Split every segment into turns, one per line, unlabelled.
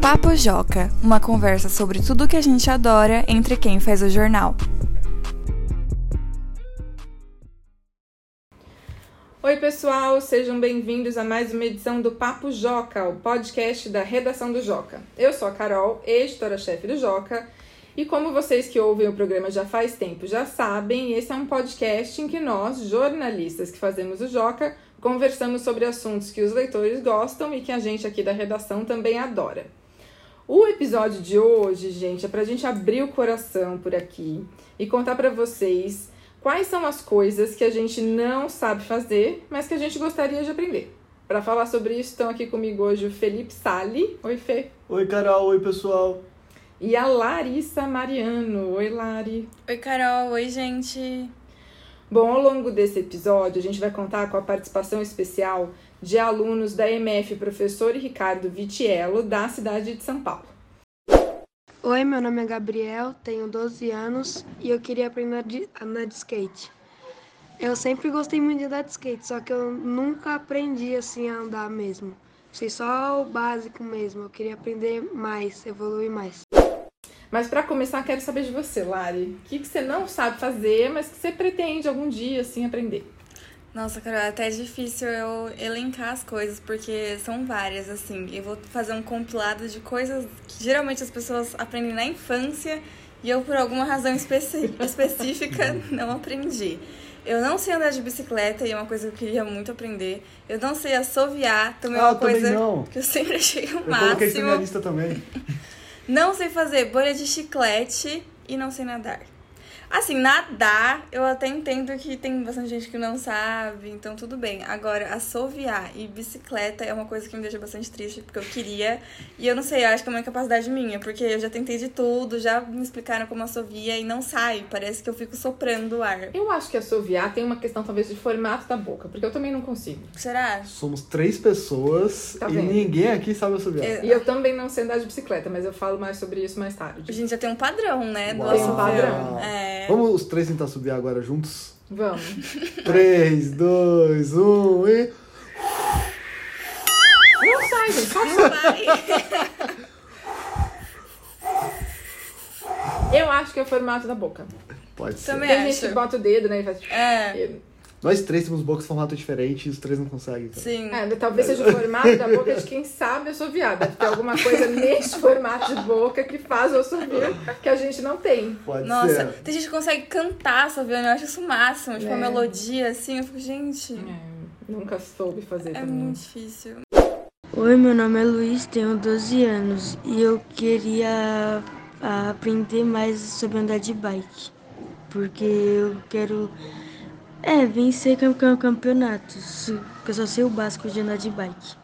Papo Joca, uma conversa sobre tudo que a gente adora entre quem faz o jornal.
Oi, pessoal, sejam bem-vindos a mais uma edição do Papo Joca, o podcast da redação do Joca. Eu sou a Carol, editora-chefe do Joca, e como vocês que ouvem o programa já faz tempo já sabem, esse é um podcast em que nós, jornalistas que fazemos o Joca, conversamos sobre assuntos que os leitores gostam e que a gente aqui da redação também adora. O episódio de hoje, gente, é pra gente abrir o coração por aqui e contar pra vocês quais são as coisas que a gente não sabe fazer, mas que a gente gostaria de aprender. Para falar sobre isso, estão aqui comigo hoje o Felipe Sali. Oi, Fê.
Oi, Carol. Oi, pessoal.
E a Larissa Mariano. Oi, Lari.
Oi, Carol. Oi, gente.
Bom, ao longo desse episódio, a gente vai contar com a participação especial de alunos da MF Professor Ricardo Vitiello, da cidade de São Paulo.
Oi, meu nome é Gabriel, tenho 12 anos e eu queria aprender de, a andar de skate. Eu sempre gostei muito de andar de skate, só que eu nunca aprendi assim a andar mesmo. Sei só o básico mesmo, eu queria aprender mais, evoluir mais.
Mas para começar, quero saber de você, Lari. O que, que você não sabe fazer, mas que você pretende algum dia assim aprender?
Nossa, Carol, até é difícil eu elencar as coisas, porque são várias, assim. Eu vou fazer um compilado de coisas que geralmente as pessoas aprendem na infância e eu, por alguma razão especi- específica, não aprendi. Eu não sei andar de bicicleta e é uma coisa que eu queria muito aprender. Eu não sei assoviar, também é
Ah,
uma
eu também
coisa
não.
que eu sempre achei o
Eu coloquei isso na minha
máximo.
lista também.
Não sei fazer bolha de chiclete e não sei nadar. Assim, nadar, eu até entendo que tem bastante gente que não sabe, então tudo bem. Agora, assoviar e bicicleta é uma coisa que me deixa bastante triste, porque eu queria. E eu não sei, eu acho que é uma incapacidade minha, porque eu já tentei de tudo, já me explicaram como assovia e não sai. Parece que eu fico soprando o ar.
Eu acho que assoviar tem uma questão talvez de formato da boca, porque eu também não consigo.
Será?
Somos três pessoas
Tá
e
vendo?
ninguém aqui sabe assobiar.
É.
E eu também não sei andar de bicicleta, mas eu falo mais sobre isso mais
A
tarde.
gente já tem um padrão, né? Do
Uau.
Tem um
assovio.
padrão.
É.
Vamos os três tentar subir agora juntos?
Vamos.
3, 2, 1 e.
Não sai, gente. Só
Não vai.
Eu acho que é o formato da boca.
Pode ser.
Também
Tem gente
acho.
que bota o dedo, né? E faz.
É.
Nós três temos bocas formato diferente e os três não conseguem. então. cara.
Sim.
É, talvez seja o formato da boca de quem sabe assoviar. Deve ter alguma coisa neste formato de boca que faz o assovio que a gente não tem.
Pode
Nossa,
ser.
tem gente que consegue cantar assoviando, eu acho isso o máximo. Tipo,
É.
a melodia, assim, eu fico, gente,
Nunca soube fazer
é
É, também.
muito difícil.
Oi, meu nome é Luiz, tenho 12 anos e eu queria ah, aprender mais sobre andar de bike, porque eu quero é, vencer cam- cam- campeonatos, porque eu só sei o básico de andar de bike.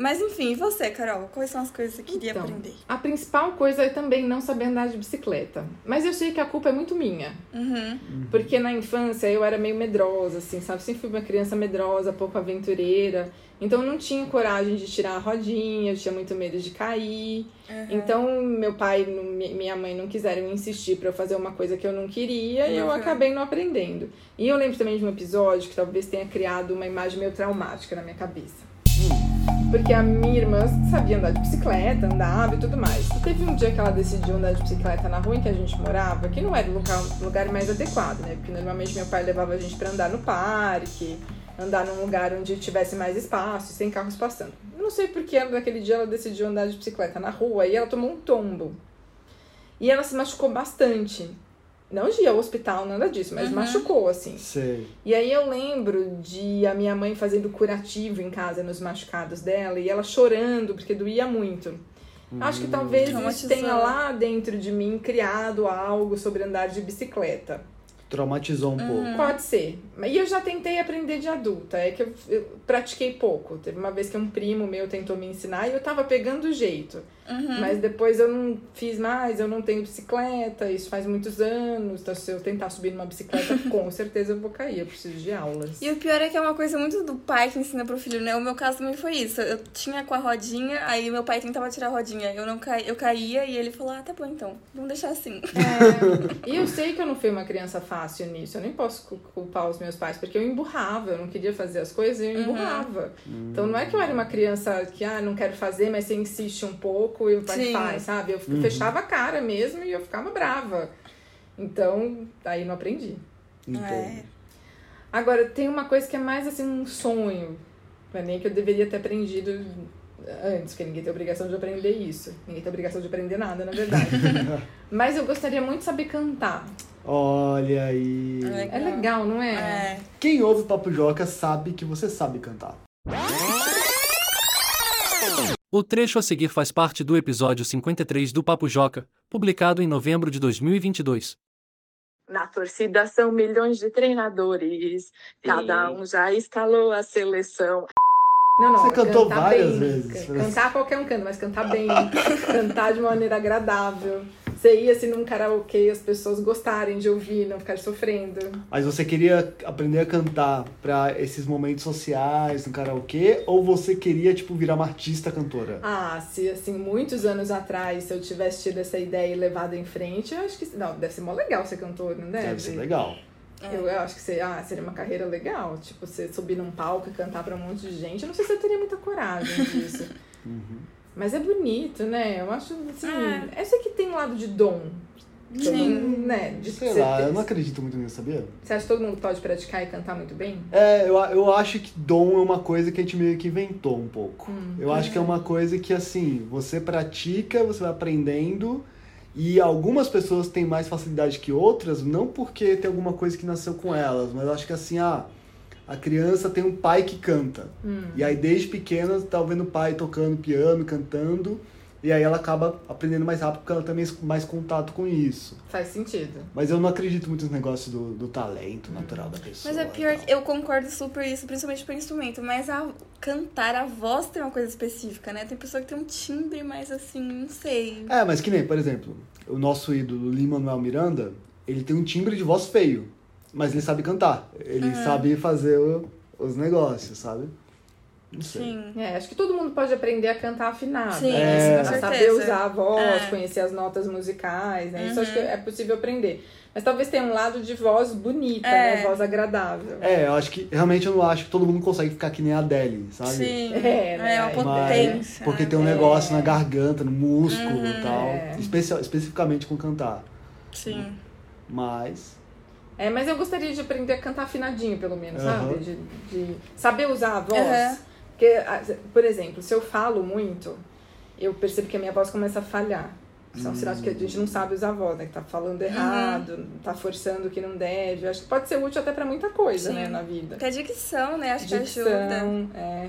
Mas enfim, e você, Carol? Quais são as coisas que você queria
Então,
aprender?
A principal coisa é também não saber andar de bicicleta. Mas eu sei que a culpa é muito minha.
Uhum.
Porque na infância eu era meio medrosa, assim, sabe? Sempre fui uma criança medrosa, pouco aventureira. Então eu não tinha coragem de tirar a rodinha, eu tinha muito medo de cair. Então meu pai e mi- minha mãe não quiseram insistir pra eu fazer uma coisa que eu não queria e eu
Uhum.
acabei não aprendendo. E eu lembro também de um episódio que talvez tenha criado uma imagem meio traumática na minha cabeça. Porque a minha irmã sabia andar de bicicleta, andava e tudo mais. E teve um dia que ela decidiu andar de bicicleta na rua em que a gente morava, que não era o lugar, lugar mais adequado, né? Porque normalmente meu pai levava a gente pra andar no parque, andar num lugar onde tivesse mais espaço, sem carros passando. Eu não sei por que naquele dia ela decidiu andar de bicicleta na rua e ela tomou um tombo. E ela se machucou bastante. Não de ir ao hospital, nada disso, mas
Uhum.
machucou, assim.
Sei.
E aí eu lembro de a minha mãe fazendo curativo em casa nos machucados dela e ela chorando porque doía muito.
Hum,
Acho que talvez isso
Traumatizou.
tenha lá dentro de mim criado algo sobre andar de bicicleta.
Traumatizou
Hum,
um pouco.
Pode ser. E eu já tentei aprender de adulta, é que eu, eu pratiquei pouco. Teve uma vez que um primo meu tentou me ensinar e eu tava pegando o jeito.
Uhum.
Mas depois eu não fiz mais, eu não tenho bicicleta, isso faz muitos anos. Então se eu tentar subir numa bicicleta, com certeza eu vou cair, eu preciso de aulas.
E o pior é que é uma coisa muito do pai que ensina pro filho, né? O meu caso também foi isso. Eu tinha com a rodinha, aí meu pai tentava tirar a rodinha. Eu não ca... eu caía e ele falou: "Ah, tá bom então. Vamos deixar assim".
É, E eu sei que eu não fui uma criança fácil nisso. Eu nem posso cu- culpar os meus pais, porque eu emburrava, eu não queria fazer as coisas e eu emburrava. Então não é que eu era uma criança que, ah, não quero fazer, mas você insiste um pouco e o pai
Sim.
faz, sabe? Eu fechava a cara mesmo e eu ficava brava. Então, aí não aprendi.
É.
Então,
Agora, tem uma coisa que é mais assim um sonho. Não é nem que eu deveria ter aprendido antes, porque ninguém tem obrigação de aprender isso. Ninguém tem obrigação de aprender nada, na verdade. Mas eu gostaria muito de saber cantar.
Olha aí.
É legal, não é?
É.
Quem ouve o Papo Joca sabe que você sabe cantar.
O trecho a seguir faz parte do episódio 53 do Papo Joca, publicado em novembro de 2022.
Na torcida são milhões de treinadores, cada um já escalou a seleção.
Não, não.
Você
é
cantou
cantar
várias
bem.
vezes.
Cantar qualquer um canta, mas cantar bem. cantar de maneira agradável. Você ia assim num karaokê, as pessoas gostarem de ouvir, não ficar sofrendo.
Mas você queria aprender a cantar pra esses momentos sociais, no karaokê, ou você queria, tipo, virar uma artista cantora?
Ah, se assim, muitos anos atrás, se eu tivesse tido essa ideia e levado em frente, eu acho que. Não, deve ser mó legal ser cantor, não deve?
Deve ser legal.
Eu, eu acho que seria, ah, seria uma carreira legal. Tipo, você subir num palco e cantar pra um monte de gente. Eu não sei se eu teria muita coragem disso.
Uhum.
Mas é bonito, né? Eu acho assim. Eu sei que tem um lado de dom.
É. Sim.
Né? De
Sei
você
lá, é
ter-
eu não acredito muito nisso, sabia?
Você acha que todo mundo pode praticar e cantar muito bem?
É, eu, eu acho que dom é uma coisa que a gente meio que inventou um pouco.
Hum,
eu acho que é uma coisa que, assim, você pratica, você vai aprendendo, e algumas pessoas têm mais facilidade que outras, não porque tem alguma coisa que nasceu com elas, mas eu acho que, assim, ah, a criança tem um pai que canta.
Hum.
E aí, desde pequena, tá vendo o pai tocando piano, cantando, e aí ela acaba aprendendo mais rápido porque ela tem mais- mais contato com isso.
Faz sentido.
Mas eu não acredito muito nos negócios do, do talento natural da pessoa.
Mas é
e
pior,
tal.
que eu concordo super isso, principalmente pro instrumento, mas a cantar, a voz tem uma coisa específica, né? Tem pessoa que tem um timbre mais assim, não sei.
É, mas que nem, por exemplo, o nosso ídolo Lin-Manuel Miranda, ele tem um timbre de voz feio, mas ele sabe cantar. Ele sabe fazer o- os negócios, sabe? Não sei.
Sim.
É, acho que todo mundo pode aprender a cantar afinado. né? Assim,
Sim,
É.
isso, com
a saber
certeza.
usar a voz,
É. Uhum.
conhecer as notas musicais, né? Isso acho que é possível aprender. Mas talvez tenha um lado de voz bonita,
É.
né? Voz agradável.
É, eu acho que realmente eu não acho que todo mundo consegue ficar que nem a Adele, sabe?
Sim.
É, né?
É uma
Aí-
potência.
Porque tem um
né?
negócio na garganta, no músculo
Uhum,
e tal.
É.
Especial, especificamente com cantar.
Sim.
Mas.
É, mas eu gostaria de aprender a cantar afinadinho, pelo menos,
Aham.
sabe? De, de saber usar a voz.
Aham.
Porque, ah, por exemplo, se eu falo muito, eu percebo que a minha voz começa a falhar. Isso é um sinal de que a gente não sabe usar a voz, né? Que tá
Uhum.
falando errado, tá forçando o que não deve. Eu Acho que pode ser útil até pra muita coisa,
Sim.
né, na vida.
Porque a dicção, né? Acho que ajuda.
Dicção, é.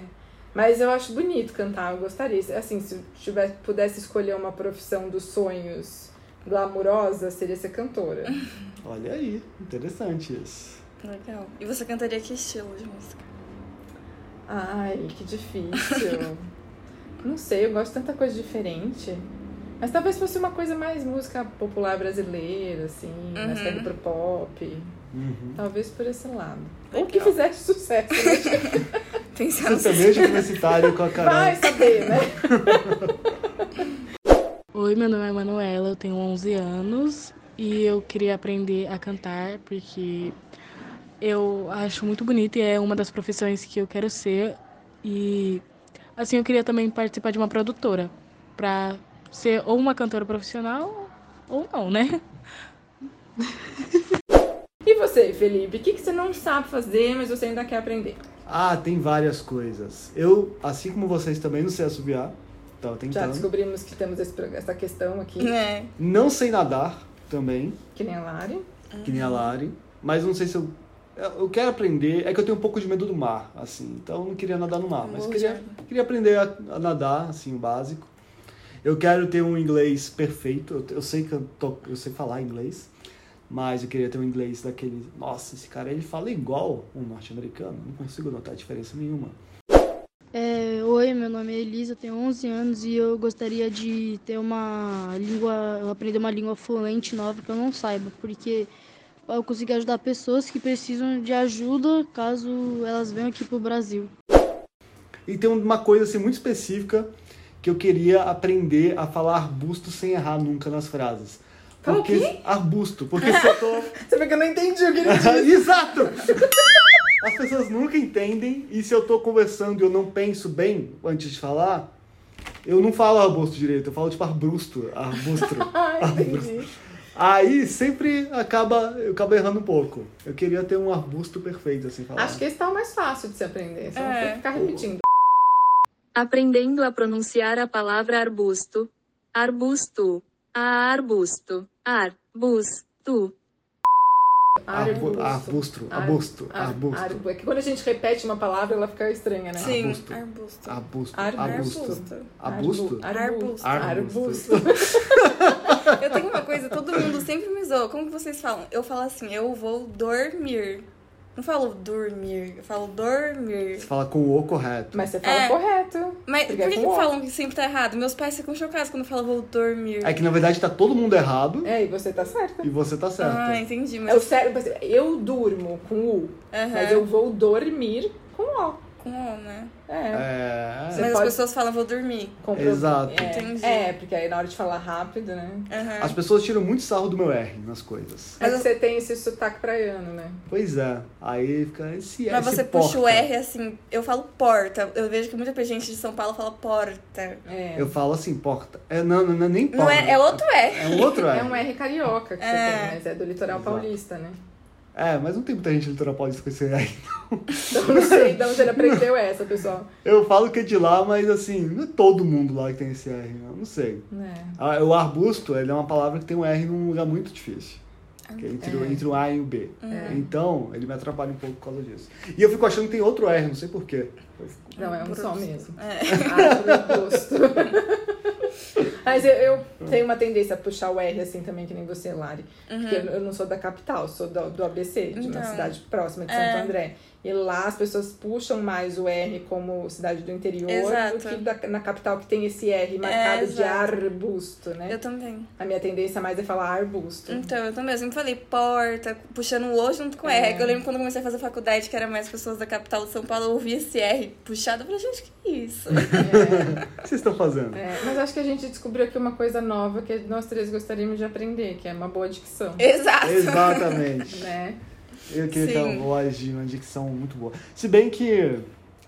Mas eu acho bonito cantar, eu gostaria. Assim, se eu tiver, pudesse escolher uma profissão dos sonhos glamurosa, seria ser cantora.
Olha aí, interessante isso.
Legal. E você cantaria que estilo de música?
Ai, que difícil. Não sei, eu gosto de tanta coisa diferente. Mas talvez fosse uma coisa mais música popular brasileira, assim, mais pega pro pop.
Uhum.
Talvez por esse lado. Ou
Legal.
que fizesse sucesso, né?
Pensar no
Sertanejo universitário com a Carol.
Vai saber, né?
Oi, meu nome é Manuela, eu tenho 11 anos e eu queria aprender a cantar porque eu acho muito bonito e é uma das profissões que eu quero ser. E assim, eu queria também participar de uma produtora pra ser ou uma cantora profissional ou não, né?
E você, Felipe? O que, que você não sabe fazer, mas você ainda quer aprender?
Ah, tem várias coisas. Eu, assim como vocês, também não sei assobiar. Tava
Já
tentando.
descobrimos que temos esse pro- essa questão aqui,
É.
Não sei nadar também,
que nem a Lari.
que nem a Lari. Mas não sei se eu. Eu eu quero aprender. É que eu tenho um pouco de medo do mar, assim. Então eu não queria nadar no mar. Mas
Boa,
queria, queria aprender a, a nadar, assim, o básico. Eu quero ter um inglês perfeito. Eu, eu sei que eu, tô- eu sei falar inglês. Mas eu queria ter um inglês daquele. Nossa, esse cara ele fala igual um norte-americano. Não consigo notar diferença nenhuma.
É, oi, meu nome é Elisa, eu tenho 11 anos e eu gostaria de ter uma língua, eu aprender uma língua fluente nova que eu não saiba, porque eu consigo ajudar pessoas que precisam de ajuda caso elas venham aqui pro Brasil.
E tem uma coisa assim muito específica que eu queria aprender a falar arbusto sem errar nunca nas frases.
Fala o
Porque-
quê?
Arbusto. Porque se eu tô.
Você vê que eu não entendi o que ele disse.
Exato! As pessoas nunca entendem, e se eu tô conversando e eu não penso bem antes de falar, eu não falo arbusto direito, eu falo tipo arbusto, arbustro.
Ah, entendi.
Aí sempre acaba, eu acabo errando um pouco. Eu queria ter um arbusto perfeito, assim, falar.
Acho que esse tá o mais fácil de se aprender. Só
É.
é. ficar repetindo.
Aprendendo a pronunciar a palavra arbusto. Arbusto. Arbusto. Arbusto.
Arbu-
é Arbusto.
Arbustro,
Ar-
arbusto,
Ar-
arbusto.
arbu- É que quando a gente repete uma palavra, ela fica estranha, né?
Sim,
Arbusto. Ah.
arbusto.
Arbusto,
Ar-
arbusto. Arbusto?
Arbusto.
Arbusto.
Arbusto.
Arbusto.
Eu tenho uma coisa, todo mundo sempre me zoa. Como que vocês falam? Eu falo assim, eu vou dormir. Não falo dormir, eu falo dormir.
Você fala com o O correto.
Mas você fala
É.
correto.
Mas
Porque é
por que,
com
que
o.
falam que sempre tá errado? Meus pais ficam chocados quando falam vou dormir.
É que na verdade tá todo mundo errado
É, e você tá certa.
e você tá certo.
Ah, entendi.
É o
Mas
cérebro, por exemplo, eu durmo com U,
Aham.
mas eu vou dormir com O.
com O, né?
É.
É.
Você
mas
pode-
as pessoas falam vou dormir.
Compro-
Exato.
Entendi.
É, é, porque aí na hora de falar rápido, né?
Aham.
As pessoas tiram muito sarro do meu R nas coisas.
Mas
Mas eu-
você tem esse sotaque praiano, né?
Pois é. Aí fica esse
Mas
esse
você
porta.
puxa o R assim, eu falo porta. Eu vejo que muita gente de São Paulo fala porta.
É.
Eu falo assim, porta. É, não, não, não é nem porta.
Não é, é outro R.
É um outro R.
É um R carioca que
É.
você tem, mas é do litoral
Exato.
paulista, né?
É, mas não tem muita gente do litoral paulista com esse R.
Então não sei de onde ele aprendeu essa, pessoal.
Eu falo que é de lá, mas assim, não é todo mundo lá que tem esse R. Eu não sei.
É.
Ah, O arbusto, ele é uma palavra que tem um R num lugar muito difícil. que é entre, o-
É.
entre o A e o B. Então, ele me atrapalha um pouco por causa disso. E eu fico achando que tem outro R, não sei porquê.
Não, é um
Por
só
outro-
mesmo.
É.
Arbusto. Mas eu, eu tenho uma tendência a puxar o R assim também, que nem você, Lari. Porque eu, eu não sou da capital, sou do, do ABC, de
Uhum.
uma
Então.
cidade próxima de
É.
Santo André. E lá as pessoas puxam mais o R como cidade do interior
Exato. É,
do que da- na capital que tem esse R marcado de
exato.
arbusto, né?
Eu também.
A minha tendência mais é falar arbusto.
Então, eu também. Eu sempre falei porta, puxando o O junto com o R. Eu lembro quando eu comecei a fazer faculdade, que era mais pessoas da capital de São Paulo, eu ouvia esse R puxado. Eu falei, gente, que é isso?
O que vocês estão fazendo?
É, mas acho que a gente descobriu aqui uma coisa nova que nós três gostaríamos de aprender, que é uma boa dicção.
Exato. É.
Exatamente.
Né?
Eu queria ter
Sim.
uma voz de uma dicção muito boa. Se bem que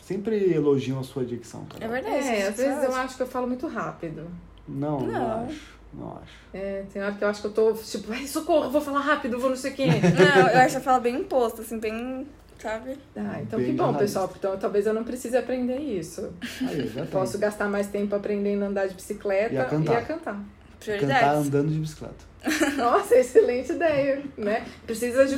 sempre elogiam a sua dicção, cara.
É verdade.
É,
isso
às vezes eu
faz.
acho que eu falo muito rápido.
Não, não,
Não.
acho. Não acho.
É, tem hora que eu acho que eu tô tipo, ai, socorro, vou falar rápido, vou não sei o quê.
Não, eu acho que eu falo bem imposto, assim, bem. Sabe?
Ah, então
Bem
que bom,
jornalista.
pessoal. Então talvez eu não precise aprender isso.
Aí, é já tem.
Posso gastar mais tempo aprendendo a andar de bicicleta
E a cantar.
cantar.
cantar
Prioridades.
andando de bicicleta.
Nossa, excelente ideia, né? Precisa de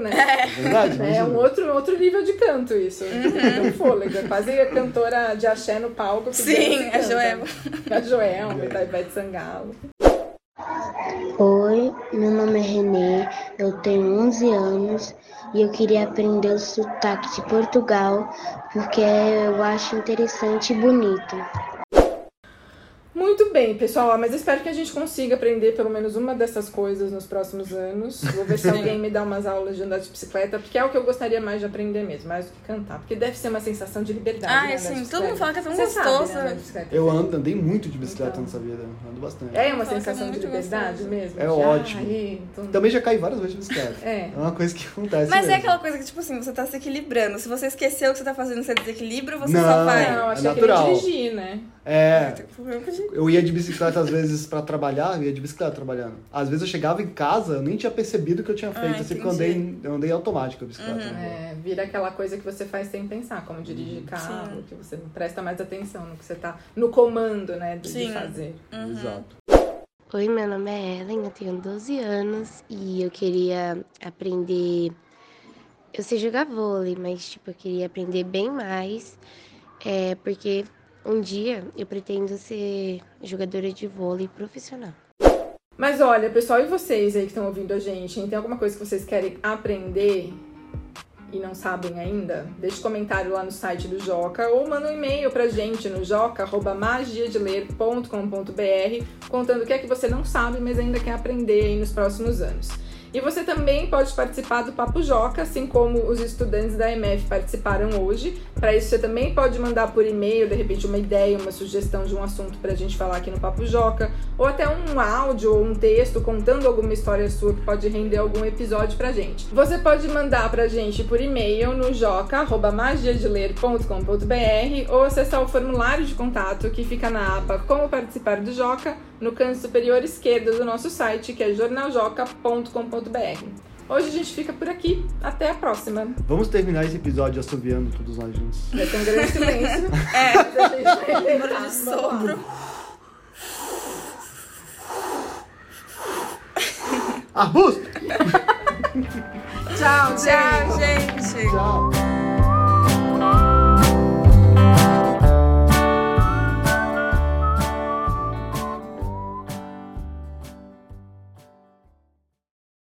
né?
É verdade?
É
Imagina.
um outro, outro nível de canto
Uhum.
isso. É um fôlego. É quase a cantora de axé no palco. que
Sim,
dança e
a
canta.
Joelma.
A Joelma, da Ivete Sangalo.
Oi, meu nome é Renê, eu tenho 11 anos e eu queria aprender o sotaque de Portugal porque eu acho interessante e bonito.
Muito bem, pessoal, mas eu espero que a gente consiga aprender pelo menos uma dessas coisas nos próximos anos. Vou ver se alguém me dá umas aulas de andar de bicicleta, porque é o que eu gostaria mais de aprender mesmo, mais do que cantar. Porque deve ser uma sensação de liberdade.
Ai,
né, andar de
Ah, sim,
bicicleta.
todo mundo fala que é tão
Você sabe, né,
gostoso.
andar de bicicleta.
Eu ando, andei muito de bicicleta
Então.
nessa vida. Ando bastante.
É uma
Fala que é
sensação de
muito
liberdade
gostoso.
mesmo.
É
de,
ótimo.
ai, então-
Também já caí várias vezes de bicicleta.
É.
uma coisa que acontece.
Mas é
mesmo.
aquela coisa que, tipo assim, você tá se equilibrando. Se você esqueceu o que você tá fazendo, você desequilibra ou você
Não.
só vai?
Não,
É
achei que ele
natural.
dirigir, né?
É.
Tem problema de-
Eu ia de bicicleta às vezes pra trabalhar, eu ia de bicicleta trabalhando. Às vezes eu chegava em casa, eu nem tinha percebido o que eu tinha
Ah,
feito. assim, porque eu andei, eu andei automático a bicicleta.
Uhum.
né? na rua.
É, vira aquela coisa que você faz sem pensar, como dirigir carro, que você presta mais atenção no que você tá no comando, né, de, de
Sim.
fazer.
É. Uhum.
Exato.
Oi, meu nome é Ellen, eu tenho 12 anos e eu queria aprender. Eu sei jogar vôlei, mas tipo, eu queria aprender bem mais, é, porque um dia eu pretendo ser jogadora de vôlei profissional.
Mas olha, pessoal, e vocês aí que estão ouvindo a gente, hein? Tem alguma coisa que vocês querem aprender e não sabem ainda? Deixe comentário lá no site do Joca ou manda um e-mail pra gente no joca.magiadeler.com.br contando o que é que você não sabe, mas ainda quer aprender aí nos próximos anos. E você também pode participar do Papo Joca, assim como os estudantes da MF participaram hoje. Para isso, você também pode mandar por e-mail, de repente, uma ideia, uma sugestão de um assunto para a gente falar aqui no Papo Joca, ou até um áudio ou um texto contando alguma história sua que pode render algum episódio pra gente. Você pode mandar pra gente por e-mail no joca.magiadeler.com.br ou acessar o formulário de contato que fica na aba Como Participar do Joca no canto superior esquerdo do nosso site, que é jornaljoca.com.br. Hoje a gente fica por aqui. Até a próxima.
Vamos terminar esse episódio assoviando todos nós juntos.
Vai ter um grande silêncio.
É, barulho de sopro.
Arbusto!
Tchau, tchau, gente.
Tchau!